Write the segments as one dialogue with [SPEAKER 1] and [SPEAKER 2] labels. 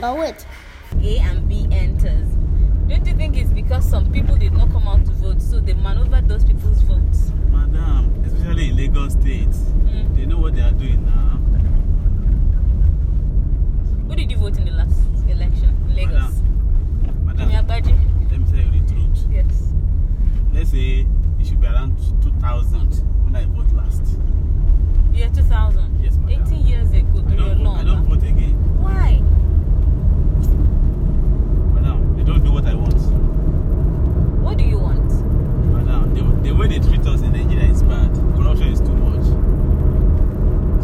[SPEAKER 1] But wait,
[SPEAKER 2] A and B enters. Don't you think it's because some people did not come out to vote, so they maneuvered those people's votes?
[SPEAKER 3] Madam, especially in Lagos State,
[SPEAKER 2] Mm.
[SPEAKER 3] they know what they are doing now.
[SPEAKER 2] Who did you vote in the last election? In Lagos.
[SPEAKER 3] Madam,
[SPEAKER 2] Yemi Abaji?
[SPEAKER 3] let me tell you the truth.
[SPEAKER 2] Yes.
[SPEAKER 3] Let's say it should be around 2000 when I vote last.
[SPEAKER 2] Year 2000.
[SPEAKER 3] Yes, madam.
[SPEAKER 2] 18 years ago.
[SPEAKER 3] I don't, vote, I don't vote again.
[SPEAKER 2] Why?
[SPEAKER 3] Madam, they don't do what I want.
[SPEAKER 2] What do you want?
[SPEAKER 3] Madam, the, the way they treat us in Nigeria is bad. Corruption is too much.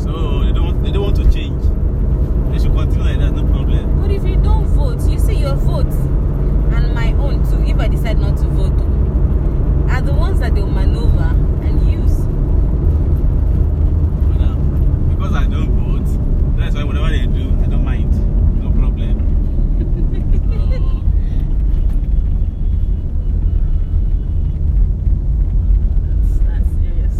[SPEAKER 3] So they don't want, they don't want to change. They should continue like that, no problem.
[SPEAKER 2] But if you don't vote, you see your vote and my own too, if I decide not to vote, are the ones that they'll maneuver and use.
[SPEAKER 3] Madam, um, because I don't vote, that's why whatever they do, I don't mind. No problem. so,
[SPEAKER 2] It's not serious.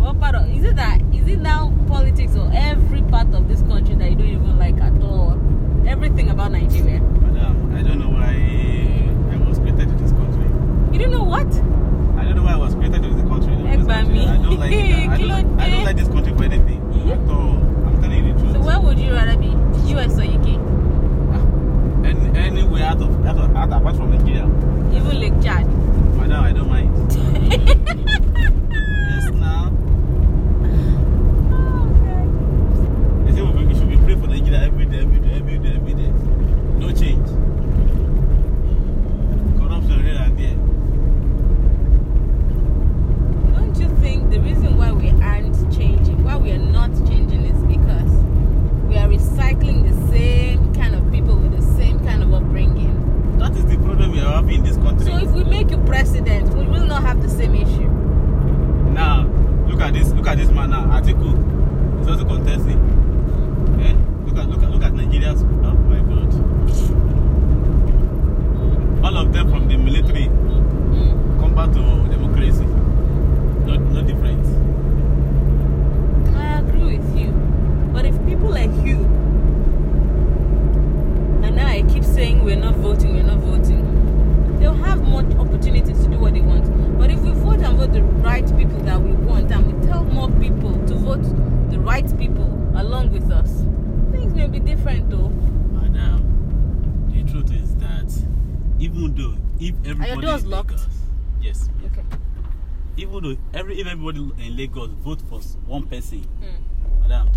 [SPEAKER 2] What part of is it that is it now politics or every part of this country that you don't even like at all? Everything about Nigeria.
[SPEAKER 3] Madam, um, I don't know why I was created in this country.
[SPEAKER 2] You don't know what?
[SPEAKER 3] I don't know why I was created in the country.
[SPEAKER 2] Eh,
[SPEAKER 3] This
[SPEAKER 2] by
[SPEAKER 3] country.
[SPEAKER 2] me.
[SPEAKER 3] I don't like it. I don't, I don't like this country for anything
[SPEAKER 2] Mhm.
[SPEAKER 3] at all. I'm telling you the truth.
[SPEAKER 2] So where would you rather be? US or UK?
[SPEAKER 3] Ah, Any, anywhere out of, out of out apart from Nigeria,
[SPEAKER 2] Even Lake Chad.
[SPEAKER 3] madam, I don't mind. yes, now.
[SPEAKER 2] Oh,
[SPEAKER 3] They say we, be- we should be praying for Nigeria every day, every day, every day, every day. No change. Corruption here and there.
[SPEAKER 2] okay. Don't you think the reason why we aren't changing, why we are not changing is because we are recycling the same kind of people with the same kind of upbringing.
[SPEAKER 3] That is the problem we are having in this country.
[SPEAKER 2] So if we make you president, we will not have the same issue.
[SPEAKER 3] Now, look at this. Look at this man now. Atiku is also contesting. Eh? Look at look at look at Nigeria's. Oh my God! All of them from the military
[SPEAKER 2] Mm.
[SPEAKER 3] come back to democracy. No no difference.
[SPEAKER 2] I agree with you. But if people like you, and now I keep saying we're not voting, we're not voting, they'll have more opportunities to do what they want. But if we vote and vote the right people that we want, and we tell more people to vote the right people along with us, things may be different though.
[SPEAKER 3] Madam, um, the truth is that even though if everybody
[SPEAKER 2] doors
[SPEAKER 3] in
[SPEAKER 2] locked?
[SPEAKER 3] Lagos- yes.
[SPEAKER 2] Okay.
[SPEAKER 3] Even though every if everybody in Lagos vote for s- one person,
[SPEAKER 2] Hmm.
[SPEAKER 3] madam,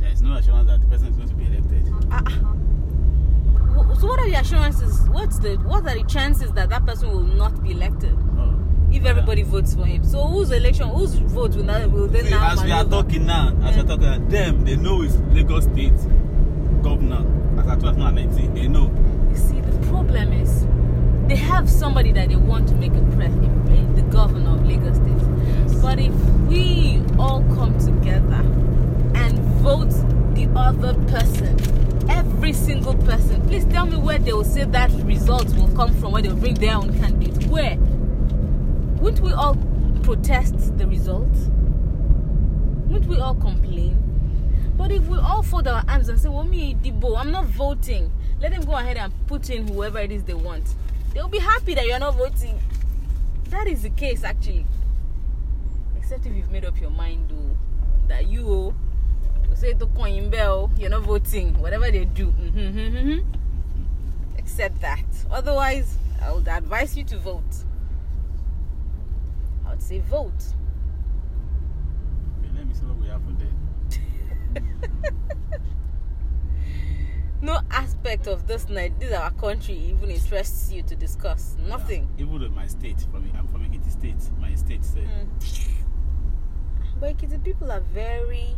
[SPEAKER 3] there is no assurance that the person is going to be elected.
[SPEAKER 2] So what are the assurances? What's the what are the chances that that person will not be elected?
[SPEAKER 3] Oh.
[SPEAKER 2] if everybody votes for him. So whose election, whose vote will, now, will they
[SPEAKER 3] See,
[SPEAKER 2] now
[SPEAKER 3] as we are
[SPEAKER 2] maneuver?
[SPEAKER 3] talking now, as we are
[SPEAKER 2] Yeah.
[SPEAKER 3] talking, now, them they know it's Lagos State governor as at 2019. They know.
[SPEAKER 2] You see, the problem is they have somebody that they want to make a press, the governor of Lagos State. But if we all come together and vote the other person, every single person, please tell me where they will say that result will come from, where they'll bring their own candidate. Where? Wouldn't we all protest the result? Wouldn't we all complain? But if we all fold our arms and say, Well, me, Dibo, I'm not voting, let them go ahead and put in whoever it is they want. They'll be happy that you're not voting. That is the case, actually. Except if you've made up your mind, though, that you oh, you say to coin bell, you're not voting, whatever they do. mhm, mhm, mhm. Accept that. Otherwise, I would advise you to vote. I would say vote.
[SPEAKER 3] Okay, let me see what we have for them.
[SPEAKER 2] no aspect of this night this our country even interests you to discuss nothing
[SPEAKER 3] Yeah. Even though my state, from I'm from Ekiti State, my state said.
[SPEAKER 2] Mm. Hmm. but Ekiti people are very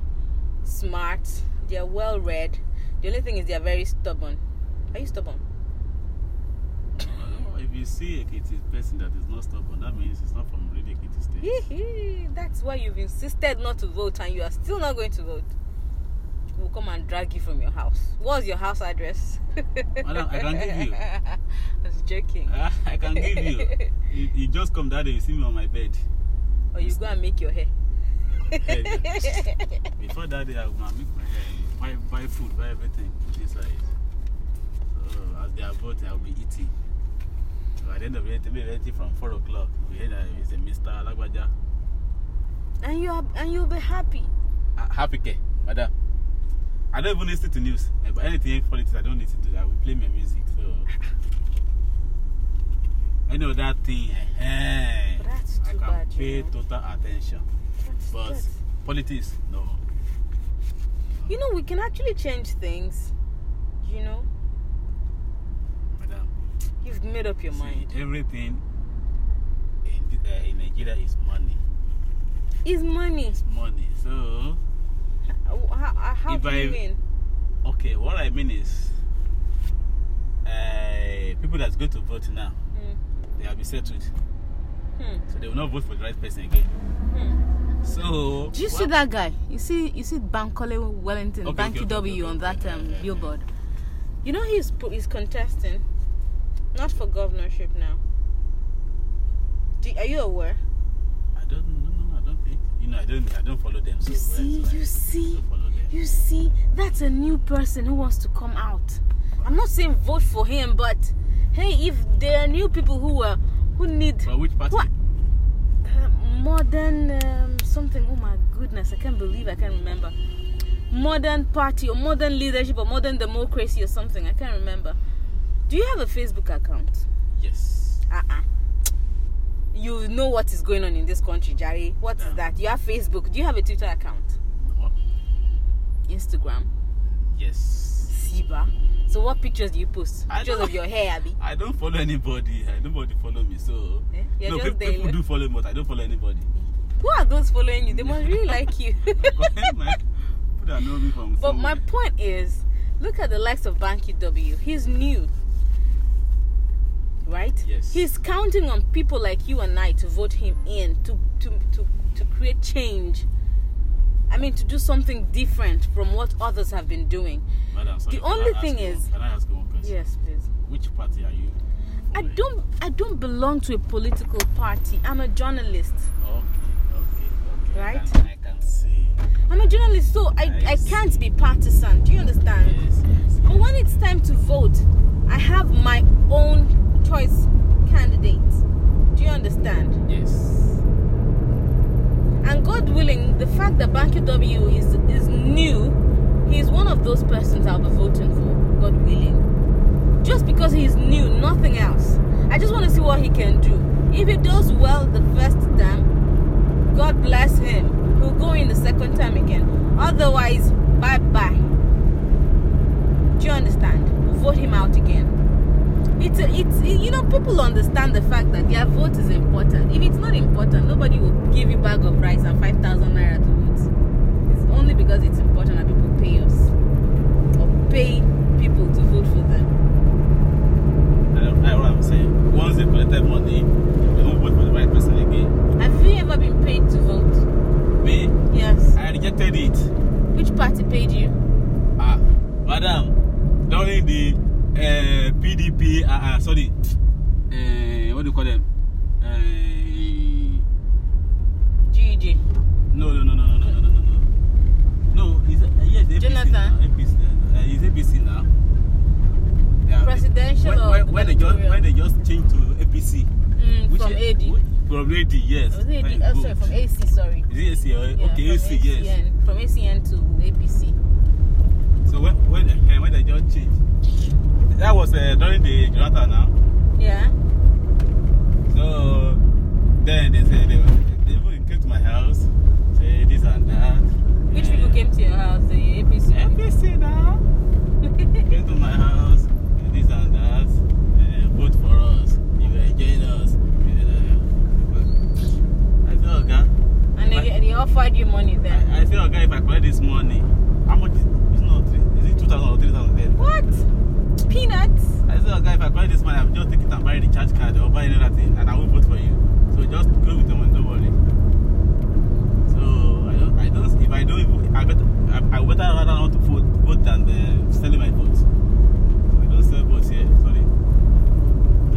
[SPEAKER 2] smart they are well read the only thing is they are very stubborn are you stubborn
[SPEAKER 3] "Oh, If you see a Ekiti person that is not stubborn, that means it's not from really Ekiti State.
[SPEAKER 2] Hee-hee, that's why you've insisted not to vote and you are still not going to vote we'll come and drag you from your house what's your house address
[SPEAKER 3] Madam, I can give you.
[SPEAKER 2] i was joking
[SPEAKER 3] Ah, I can give you. you. You just come that day, you see me on my bed.
[SPEAKER 2] or you go and make your hair
[SPEAKER 3] Hey, Before that day, I will make my hair. buy, buy food, buy everything inside. So as they are bought, I'll be eating. So at the end of the day, maybe eating from 4 o'clock, we hear that it's a Mr. Lagbaja.
[SPEAKER 2] And you are, and you'll be happy.
[SPEAKER 3] Ah, Happy care, madam. I don't even listen to news. Eh, But anything politics, I don't listen to that. We play my music, so. I know that thing. eh, eh,
[SPEAKER 2] But that's
[SPEAKER 3] I
[SPEAKER 2] too
[SPEAKER 3] can
[SPEAKER 2] bad, you
[SPEAKER 3] pay
[SPEAKER 2] know.
[SPEAKER 3] total attention.
[SPEAKER 2] That's-
[SPEAKER 3] But
[SPEAKER 2] that's-
[SPEAKER 3] politics, no.
[SPEAKER 2] you know, we can actually change things. You know,
[SPEAKER 3] Madam,
[SPEAKER 2] you've made up your
[SPEAKER 3] see,
[SPEAKER 2] mind.
[SPEAKER 3] everything in, thi- eh, in Nigeria is money.
[SPEAKER 2] It's money.
[SPEAKER 3] It's money. So,
[SPEAKER 2] How, how, how
[SPEAKER 3] If
[SPEAKER 2] do
[SPEAKER 3] I-
[SPEAKER 2] you mean?
[SPEAKER 3] okay, what I mean is uh, people that's going to vote now,
[SPEAKER 2] Mm.
[SPEAKER 3] they have been settled.
[SPEAKER 2] Hmm.
[SPEAKER 3] So they will not vote for the right person again.
[SPEAKER 2] Hmm.
[SPEAKER 3] So
[SPEAKER 2] Do you see
[SPEAKER 3] what-
[SPEAKER 2] that guy? You see, you see Bankole Wellington,
[SPEAKER 3] Okay,
[SPEAKER 2] Banky
[SPEAKER 3] okay, okay,
[SPEAKER 2] W
[SPEAKER 3] okay,
[SPEAKER 2] on that
[SPEAKER 3] okay,
[SPEAKER 2] um,
[SPEAKER 3] yeah, yeah, yeah.
[SPEAKER 2] billboard. You know he's pu- he's contesting, not for governorship now. Do, are you aware?
[SPEAKER 3] I don't no no no I don't think you know I don't I don't follow them. So
[SPEAKER 2] You see,
[SPEAKER 3] right, so I
[SPEAKER 2] you see,
[SPEAKER 3] don't follow them.
[SPEAKER 2] you see. That's a new person who wants to come out. I'm not saying vote for him, but hey, if there are new people who are who need
[SPEAKER 3] But which party?
[SPEAKER 2] What? Uh, modern um, something. Oh my goodness, I can't believe I can't remember. Modern party or modern leadership or modern democracy or something. I can't remember. Do you have a Facebook account?
[SPEAKER 3] Yes.
[SPEAKER 2] Uh uh You know what is going on in this country, Jari. What is
[SPEAKER 3] Yeah.
[SPEAKER 2] that? You have Facebook. Do you have a Twitter account?
[SPEAKER 3] What?
[SPEAKER 2] Instagram.
[SPEAKER 3] Yes.
[SPEAKER 2] Siba. So what pictures do you post?
[SPEAKER 3] I
[SPEAKER 2] Pictures
[SPEAKER 3] don't-
[SPEAKER 2] of your hair, Abby.
[SPEAKER 3] I don't follow anybody. I- Nobody follow me. So
[SPEAKER 2] Eh? You're
[SPEAKER 3] no,
[SPEAKER 2] just
[SPEAKER 3] peop-
[SPEAKER 2] there,
[SPEAKER 3] people
[SPEAKER 2] look.
[SPEAKER 3] do follow me, but I don't follow anybody.
[SPEAKER 2] Who are those following you? They must really like you.
[SPEAKER 3] my, people that know me from.
[SPEAKER 2] But my
[SPEAKER 3] somewhere.
[SPEAKER 2] point is, look at the likes of Banky W. He's new. Right?
[SPEAKER 3] Yes.
[SPEAKER 2] He's counting on people like you and I to vote him in to to to, to create change. I mean to do something different from what others have been doing.
[SPEAKER 3] Madam, sorry,
[SPEAKER 2] the
[SPEAKER 3] can I
[SPEAKER 2] only
[SPEAKER 3] ask
[SPEAKER 2] thing
[SPEAKER 3] you-
[SPEAKER 2] is-
[SPEAKER 3] Can I ask you one question?
[SPEAKER 2] Yes, please.
[SPEAKER 3] Which party are you?
[SPEAKER 2] I
[SPEAKER 3] following?
[SPEAKER 2] don't I don't belong to a political party. I'm a journalist.
[SPEAKER 3] Okay. Okay. Okay. I
[SPEAKER 2] Right?
[SPEAKER 3] can- I can see.
[SPEAKER 2] I'm a journalist, so I, I
[SPEAKER 3] Nice.
[SPEAKER 2] can't be partisan. Do you understand?
[SPEAKER 3] Yes. Yes.
[SPEAKER 2] But when it's time to vote, I have my own choice candidates. Do you understand?
[SPEAKER 3] Yes.
[SPEAKER 2] And God willing, the fact that Banky W is is new, he's one of those persons I'll be voting for. God willing, just because he's new, nothing else. I just want to see what he can do. If he does well the first time, God bless him. He'll go in the second time again. Otherwise, bye bye. Do you understand? We'll vote him out again. It's a, it's it- you know people understand the fact that their vote is important. If it's not important, nobody will give you bag of rice and five thousand naira to vote. It's only because it's important that people pay us or pay people to vote for them.
[SPEAKER 3] Um, I don't know what I'm saying. Once they collected money, they won't vote for the right person again.
[SPEAKER 2] Have you ever been paid to vote?
[SPEAKER 3] Me,
[SPEAKER 2] Yes.
[SPEAKER 3] I rejected it.
[SPEAKER 2] Which party paid you?
[SPEAKER 3] Ah, madam, during the uh, PDP, uh, uh, sorry, uh, what do you call them? Uh,
[SPEAKER 2] GEG.
[SPEAKER 3] no, no, no, no, no, no, no, no, no, no. No, he's uh, yes, APC
[SPEAKER 2] Jonathan?
[SPEAKER 3] now. APC, now. uh, he's ABC now. Yeah,
[SPEAKER 2] Presidential
[SPEAKER 3] when,
[SPEAKER 2] or
[SPEAKER 3] when, when they just
[SPEAKER 2] gubernatorial?
[SPEAKER 3] when they just changed to APC
[SPEAKER 2] Mm, from AD.
[SPEAKER 3] wh- from AD yes
[SPEAKER 2] Oh, is it AD?
[SPEAKER 3] Thank
[SPEAKER 2] Oh,
[SPEAKER 3] God.
[SPEAKER 2] sorry, from AC. Sorry.
[SPEAKER 3] Is it AC or
[SPEAKER 2] Yeah,
[SPEAKER 3] okay,
[SPEAKER 2] from
[SPEAKER 3] AC, yes.
[SPEAKER 2] ACN From ACN to APC.
[SPEAKER 3] So when when uh, when the judge changed, that was uh, during the Jonathan now.
[SPEAKER 2] Yeah.
[SPEAKER 3] So then they say they they even came to my house, say this and that.
[SPEAKER 2] Which
[SPEAKER 3] Eh,
[SPEAKER 2] people came to your house? The APC.
[SPEAKER 3] APC now. ah, came to my house, eh, this and that. Uh, vote for us. You will join us. Eh, I said, okay.
[SPEAKER 2] And they, they offered you money then.
[SPEAKER 3] I, I said, okay, if I collect this money, how much is it's not? Is it two thousand or three thousand then?
[SPEAKER 2] What? Peanuts?
[SPEAKER 3] I said, okay, if I collect this money, I'll just take it and buy the charge card or buy another thing, and I will vote for you. So just go with the money, don't worry. So I don't, I don't, if I don't, even, I better, I, I would better rather not to vote, vote than uh, selling my vote. So I don't sell votes here, sorry.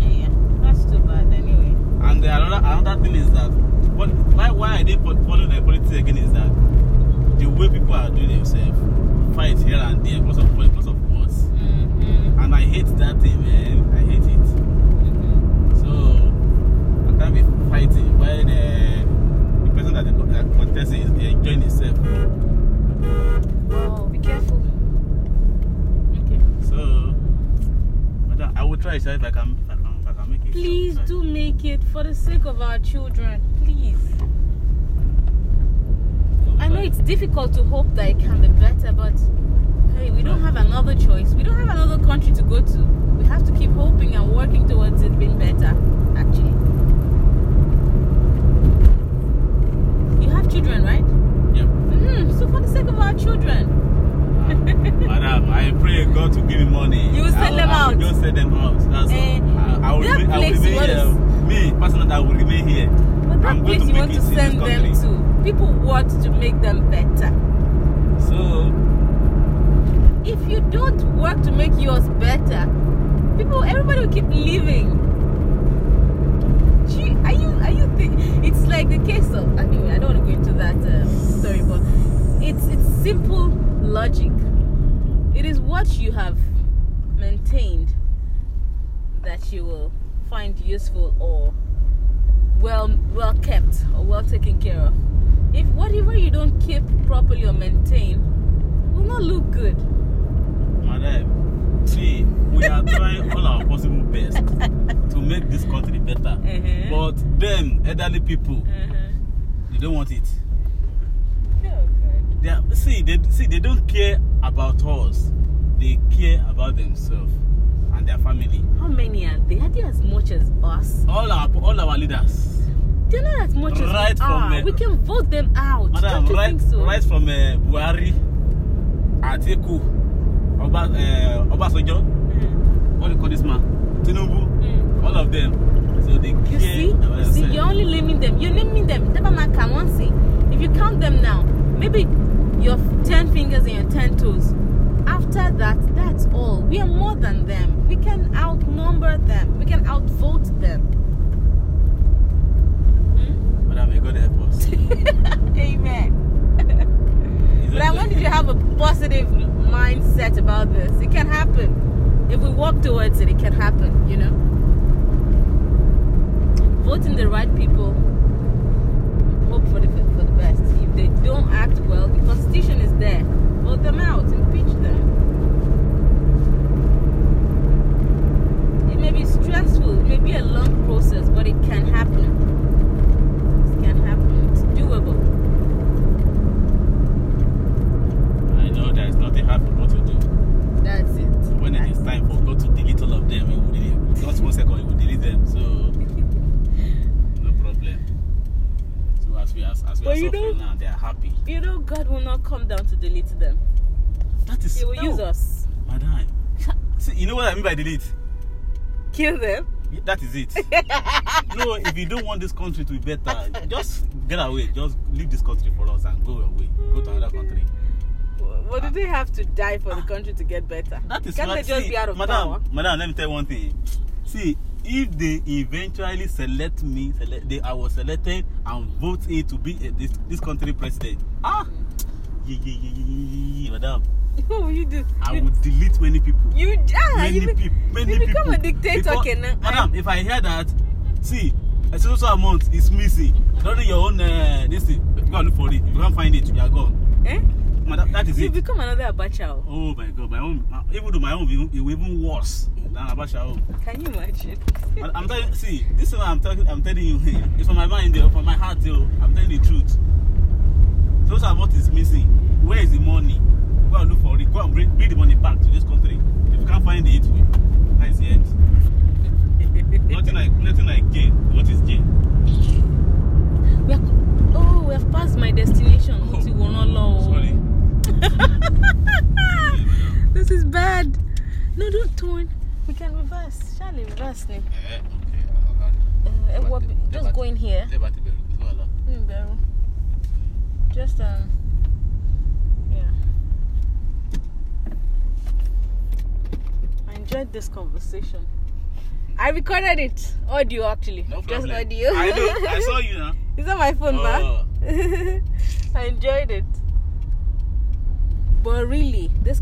[SPEAKER 2] Yeah, yeah. That's too bad anyway.
[SPEAKER 3] And the another, another thing is that, what, why, why I didn't fo- follow the politics again is that the way people are doing themselves, fight here and there because of because of wars.
[SPEAKER 2] Mhm.
[SPEAKER 3] And I hate that thing, man. I hate it.
[SPEAKER 2] Mhm.
[SPEAKER 3] So I can't be fighting when uh, the person that the that contesting is eh, enjoying himself.
[SPEAKER 2] Oh, be careful. Okay.
[SPEAKER 3] So but I- I will try sha, if I can if I can, if I can make it.
[SPEAKER 2] Please
[SPEAKER 3] I'll try.
[SPEAKER 2] do make it for the sake of our children. Please.
[SPEAKER 3] will
[SPEAKER 2] I know
[SPEAKER 3] try.
[SPEAKER 2] it's difficult to hope that it can be better, but hey, we don't have another choice. We don't have another country to go to. We have to keep hoping and working towards it being better, actually. You have children, right?
[SPEAKER 3] Yep.
[SPEAKER 2] Mm, so, for the sake of our children,
[SPEAKER 3] Madam, I pray God to give me money.
[SPEAKER 2] You will send
[SPEAKER 3] I will-
[SPEAKER 2] them
[SPEAKER 3] I will
[SPEAKER 2] out.
[SPEAKER 3] Just send them out. That's
[SPEAKER 2] Eh,
[SPEAKER 3] all. I, I will,
[SPEAKER 2] that
[SPEAKER 3] remain- I will
[SPEAKER 2] place you
[SPEAKER 3] remain
[SPEAKER 2] want
[SPEAKER 3] here. Me, personally, I will remain here.
[SPEAKER 2] but that
[SPEAKER 3] I'm going
[SPEAKER 2] place
[SPEAKER 3] to
[SPEAKER 2] you
[SPEAKER 3] make
[SPEAKER 2] want
[SPEAKER 3] it
[SPEAKER 2] to
[SPEAKER 3] in this
[SPEAKER 2] send them
[SPEAKER 3] country.
[SPEAKER 2] to, people want to make them better.
[SPEAKER 3] So,
[SPEAKER 2] If you don't work to make yours better, people, everybody will keep leaving. Gee, are you, are you? Thi- it's like the case of. Anyway, I don't want to go into that um, story, but it's it's simple logic. It is what you have maintained that you will find useful or well well kept or well taken care of. If whatever you don't keep properly or maintain will not look good.
[SPEAKER 3] madam, see, we are trying all our possible best to make this country better.
[SPEAKER 2] Mhm.
[SPEAKER 3] But them, elderly people,
[SPEAKER 2] Uh-huh.
[SPEAKER 3] they don't want it.
[SPEAKER 2] Oh, God.
[SPEAKER 3] They are, see, they see, they don't care about us. They care about themselves and their family.
[SPEAKER 2] How many are they? Are they as much as us?
[SPEAKER 3] All our all our leaders.
[SPEAKER 2] They're not as much as
[SPEAKER 3] Right
[SPEAKER 2] we
[SPEAKER 3] from
[SPEAKER 2] are.
[SPEAKER 3] the-
[SPEAKER 2] We can vote them out.
[SPEAKER 3] Madam,
[SPEAKER 2] Don't you
[SPEAKER 3] right,
[SPEAKER 2] think so?
[SPEAKER 3] right from uh, Buhari, Atiku, Oba, uh, Obasanjo,
[SPEAKER 2] Mm,
[SPEAKER 3] what do you call this man? Tinubu,
[SPEAKER 2] mm.
[SPEAKER 3] all of them. So they
[SPEAKER 2] You
[SPEAKER 3] care
[SPEAKER 2] see,
[SPEAKER 3] about
[SPEAKER 2] you see,
[SPEAKER 3] themselves.
[SPEAKER 2] you're only naming them. You're naming them. Never mind, can one say. If you count them now, maybe your f- ten fingers and your ten toes. After that, that's all. We are more than them. We can outnumber them. We can outvote them. Hmm?
[SPEAKER 3] Madam, may God help us.
[SPEAKER 2] Amen.
[SPEAKER 3] It's
[SPEAKER 2] But I
[SPEAKER 3] okay.
[SPEAKER 2] wanted you to have a positive mindset about this. It can happen. If we work towards it, it can happen, you know? Voting the right people, hope for the, for the best. If they don't act well, the constitution is there. Vote them out, impeach them. It may be stressful, it may be a long process, but it can happen. It can happen, it's doable.
[SPEAKER 3] I know there is nothing hard for God to do.
[SPEAKER 2] That's it.
[SPEAKER 3] When it is time for God to delete all of them, He will delete. With Just one second, He will delete them. So no problem. So as we are, as we are
[SPEAKER 2] But you
[SPEAKER 3] suffering
[SPEAKER 2] know-
[SPEAKER 3] now, they are happy.
[SPEAKER 2] You know, God will not come down to delete them.
[SPEAKER 3] That is
[SPEAKER 2] He will
[SPEAKER 3] no,
[SPEAKER 2] use us.
[SPEAKER 3] Madam, see, you know what I mean by delete.
[SPEAKER 2] Kill them.
[SPEAKER 3] Yeah, That is it. no, if you don't want this country to be better, just get away. Just leave this country for us and go your way. Go to another country.
[SPEAKER 2] What do they have to die for the country to get better?
[SPEAKER 3] That is
[SPEAKER 2] Can't
[SPEAKER 3] why-
[SPEAKER 2] they just
[SPEAKER 3] see,
[SPEAKER 2] be out of
[SPEAKER 3] madam,
[SPEAKER 2] power?
[SPEAKER 3] Madam, let me tell you one thing. See, if they eventually select me, select, they, I was selected and vote in to be a, this, this country president. Ah, yeah, yeah, yeah, yeah, yeah, yeah, madam.
[SPEAKER 2] what will you do?
[SPEAKER 3] I
[SPEAKER 2] you,
[SPEAKER 3] would delete many people.
[SPEAKER 2] you, ah,
[SPEAKER 3] many
[SPEAKER 2] you, be-
[SPEAKER 3] people. Many
[SPEAKER 2] you become
[SPEAKER 3] people.
[SPEAKER 2] a dictator, Eh?
[SPEAKER 3] Because-
[SPEAKER 2] Kenan.
[SPEAKER 3] Madam, if I hear that, see, a so so amount is missing. Don't do your own uh, this thing. Go and look for it. If you can't find it, you are gone.
[SPEAKER 2] Eh?
[SPEAKER 3] Madam, that is
[SPEAKER 2] You
[SPEAKER 3] it.
[SPEAKER 2] become another Abacha. oh.
[SPEAKER 3] oh my God, my own. Uh, even though my own, will- it will even worse than Abacha own.
[SPEAKER 2] Can you imagine?
[SPEAKER 3] But I'm telling, see, this one I'm talking, I'm telling you, eh, it's from my mind, eh, from my heart, eh, oh. I'm telling the truth. So so amount is missing. Where is the money? Go and look for it. Go and bring, bring the money back to this country. If you can't find it, we- that is the end. nothing like nothing like gain. What is gain?
[SPEAKER 2] We are, oh, we have passed my destination. Mo ti wòran lọ o.
[SPEAKER 3] Oh, Sorry.
[SPEAKER 2] This is bad. No, don't turn. We can reverse. Shall we reverse? ni?
[SPEAKER 3] Eh,
[SPEAKER 2] Uh, eh, what- just go in here.
[SPEAKER 3] okay. Madam,
[SPEAKER 2] Mm, Barrel. Just um. Yeah. I enjoyed this conversation. I recorded it audio actually.
[SPEAKER 3] No
[SPEAKER 2] Just
[SPEAKER 3] problem. Oh.
[SPEAKER 2] audio.
[SPEAKER 3] I know. I saw you now.
[SPEAKER 2] Is that my phone,
[SPEAKER 3] Oh.
[SPEAKER 2] ma? I enjoyed it. But really, this